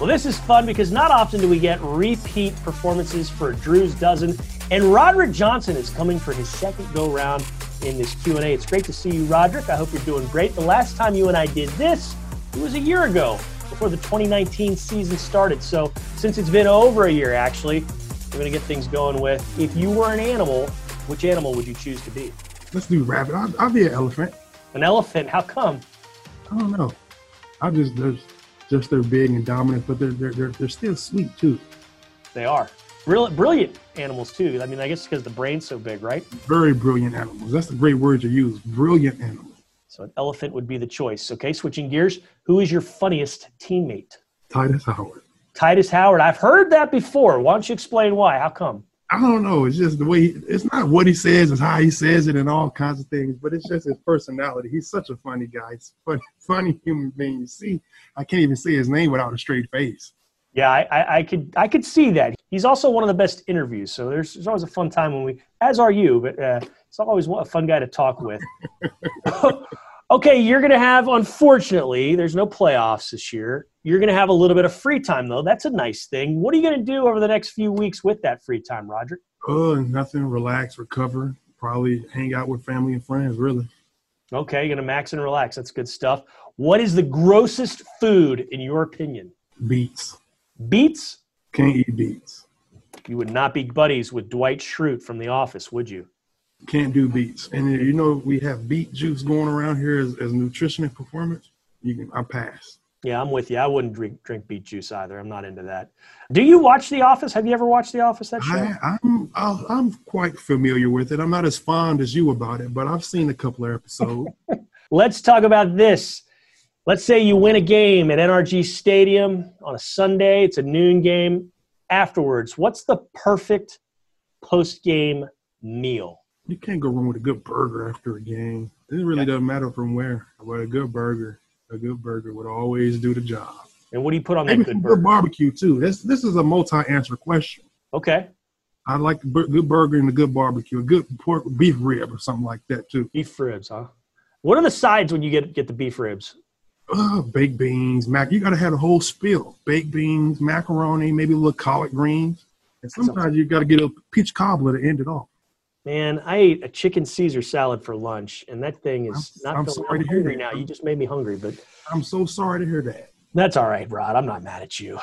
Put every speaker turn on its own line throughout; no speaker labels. Well, this is fun because not often do we get repeat performances for Drew's dozen, and Roderick Johnson is coming for his second go round in this Q and A. It's great to see you, Roderick. I hope you're doing great. The last time you and I did this, it was a year ago, before the 2019 season started. So since it's been over a year, actually, we're gonna get things going with if you were an animal, which animal would you choose to be?
Let's do rabbit. I'll, I'll be an elephant.
An elephant? How come?
I don't know. I just there's just they're big and dominant, but they're they're they're, they're still sweet too.
They are brilliant, brilliant animals too. I mean, I guess because the brain's so big, right?
Very brilliant animals. That's the great word you use. Brilliant animals.
So an elephant would be the choice. Okay, switching gears. Who is your funniest teammate?
Titus Howard.
Titus Howard. I've heard that before. Why don't you explain why? How come?
I don't know. It's just the way. He, it's not what he says. It's how he says it, and all kinds of things. But it's just his personality. He's such a funny guy. He's a funny, funny human being. You see, I can't even say his name without a straight face.
Yeah, I, I, I could I could see that. He's also one of the best interviews. So there's, there's always a fun time when we, as are you, but uh, it's always a fun guy to talk with. okay, you're going to have, unfortunately, there's no playoffs this year. You're going to have a little bit of free time, though. That's a nice thing. What are you going to do over the next few weeks with that free time, Roger?
Oh, nothing. Relax, recover. Probably hang out with family and friends, really.
Okay, you're going to max and relax. That's good stuff. What is the grossest food, in your opinion?
Beets.
Beets?
Can't eat beets.
You would not be buddies with Dwight Schrute from The Office, would you?
Can't do beets. And you know, we have beet juice going around here as, as nutrition and performance. You can, I pass.
Yeah, I'm with you. I wouldn't drink drink beet juice either. I'm not into that. Do you watch The Office? Have you ever watched The Office? That show?
I, I'm I'll, I'm quite familiar with it. I'm not as fond as you about it, but I've seen a couple of episodes.
Let's talk about this. Let's say you win a game at NRG Stadium on a Sunday. It's a noon game. Afterwards, what's the perfect post game meal?
You can't go wrong with a good burger after a game. It really yeah. doesn't matter from where, but a good burger a good burger would always do the job.
And what do you put on that good,
good barbecue too. This this is a multi-answer question.
Okay.
I like the bur- good burger and the good barbecue, a good pork beef rib or something like that too.
Beef ribs, huh? What are the sides when you get get the beef ribs?
Uh, baked beans, mac. You gotta have a whole spill. Baked beans, macaroni, maybe a little collard greens, and sometimes you gotta get a peach cobbler to end it off.
Man, I ate a chicken Caesar salad for lunch, and that thing is
I'm,
not
I'm
feeling I'm
sorry to hear
hungry
that.
now. You just made me hungry, but
I'm so sorry to hear that.
that's all right, Rod. I'm not mad at you.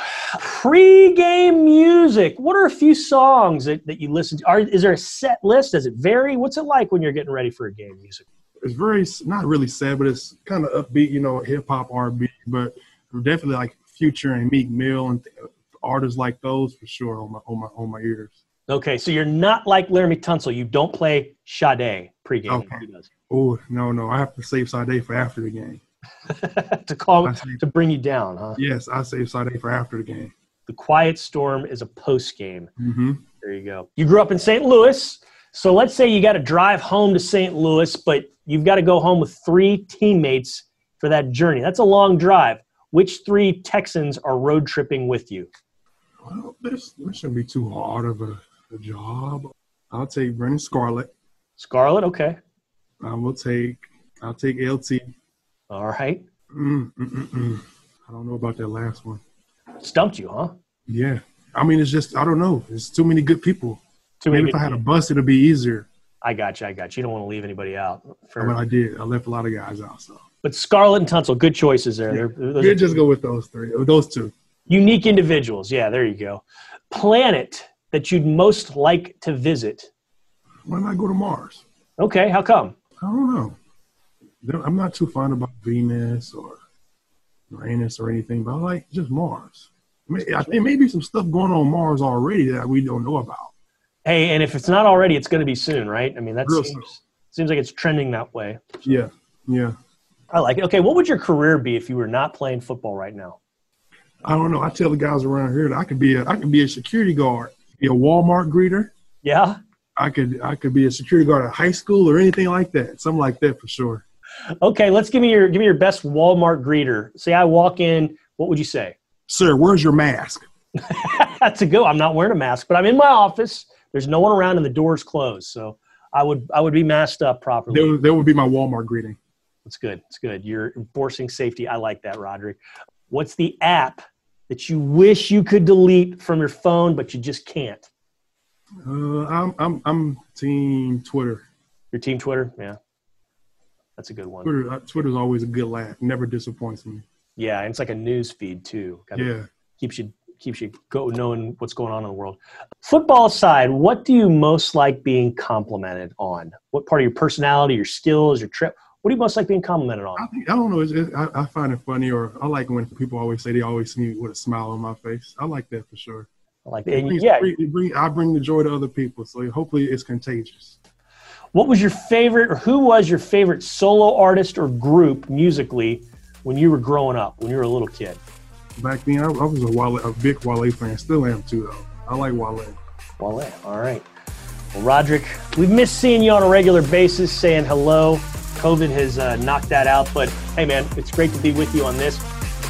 Pre-game music. What are a few songs that, that you listen to? Are, is there a set list? Does it vary? What's it like when you're getting ready for a game music?
It's very s- not really sad, but it's kind of upbeat, you know, hip hop R&B, but definitely like Future and Meek Mill and th- artists like those for sure on my on my on my ears.
Okay, so you're not like Laramie Tunsil. You don't play Sade pre-game.
Okay.
He does.
Oh no no, I have to save Sade for after the game.
to call
I save,
to bring you down, huh?
yes, I save Sade for after the game.
The Quiet Storm is a post-game
hmm
There you go. You grew up in St. Louis. So let's say you got to drive home to St. Louis, but you've got to go home with three teammates for that journey. That's a long drive. Which three Texans are road tripping with you?
Well, this this shouldn't be too hard of a, a job. I'll take Brennan Scarlett.
Scarlet, okay.
I will take I'll take LT.
All right.
Mm, mm, mm, mm. I don't know about that last one.
Stumped you, huh?
Yeah, I mean it's just I don't know. It's too many good people.
Too
Maybe
many
if I
good-
had a bus, it'd be easier.
I got you. I got you. You don't want to leave anybody out. Fair.
But I did. I left a lot of guys out. So
But Scarlet and Tunsil, good choices there. They're, those
we'll
are
just go with those three, or those two.
unique individuals. Yeah, there you go. Planet that you'd most like to visit.
Why not go to Mars?
Okay, how come?
I don't know. There- I'm not too fond about Venus or Uranus or anything, but I like just Mars. I mean, I think maybe some stuff going on Mars already that we don't know about.
Hey, and if it's not already, it's going to be soon, right? I mean, that
Real
seems,
soon.
seems like it's trending that way.
Yeah, yeah.
I like it. Okay, what would your career be if you were not playing football right now?
I don't know. I tell the guys around here that I could be a I could be a security guard, be a Walmart greeter.
Yeah.
I could I could be a security guard at high school or anything like that. Something like that for sure.
Okay, let's give me your give me your best Walmart greeter. Say I walk in, what would you say?
Sir, where's your mask?
That's a go. I'm not wearing a mask, but I'm in my office. There's no one around and the door's closed, so I would I would be masked up properly.
That, that would be my Walmart greeting.
It's good. It's good. You're enforcing safety. I like that, Roderick. What's the app that you wish you could delete from your phone, but you just can't?
Uh, I'm, I'm I'm team Twitter.
Your team Twitter? Yeah. That's a good one.
Twitter uh, Twitter's always a good laugh. Never disappoints me.
Yeah, and it's like a news feed too. Kinda
Yeah.
Keeps you keeps you go knowing what's going on in the world. Football aside, what do you most like being complimented on? What part of your personality, your skills, your trip? What do you most like being complimented on?
I think I don't know. It's just, I, I find it funny, or I like when people always say they always see me with a smile on my face. I like that for sure.
I like
It
and
brings-
yeah,
bring- it bring- I bring the joy to other people, so hopefully it's contagious.
What was your favorite, or who was your favorite solo artist or group musically when you were growing up, when you were a little kid?
Back then, I, I was a Wale, a big Wale fan. Still am too, though. I like Wale.
Well, eh, all right. Well, Roderick, we've missed seeing you on a regular basis, saying hello. COVID has uh, knocked that out, but hey, man, it's great to be with you on this.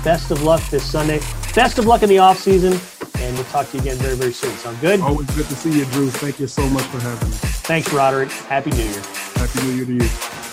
Best of luck this Sunday. Best of luck in the off season, and we'll talk to you again very, very soon. Sound good?
Always good to see you, Drew. Thank you so much for having me.
Thanks, Roderick. Happy New Year.
Happy New Year to you.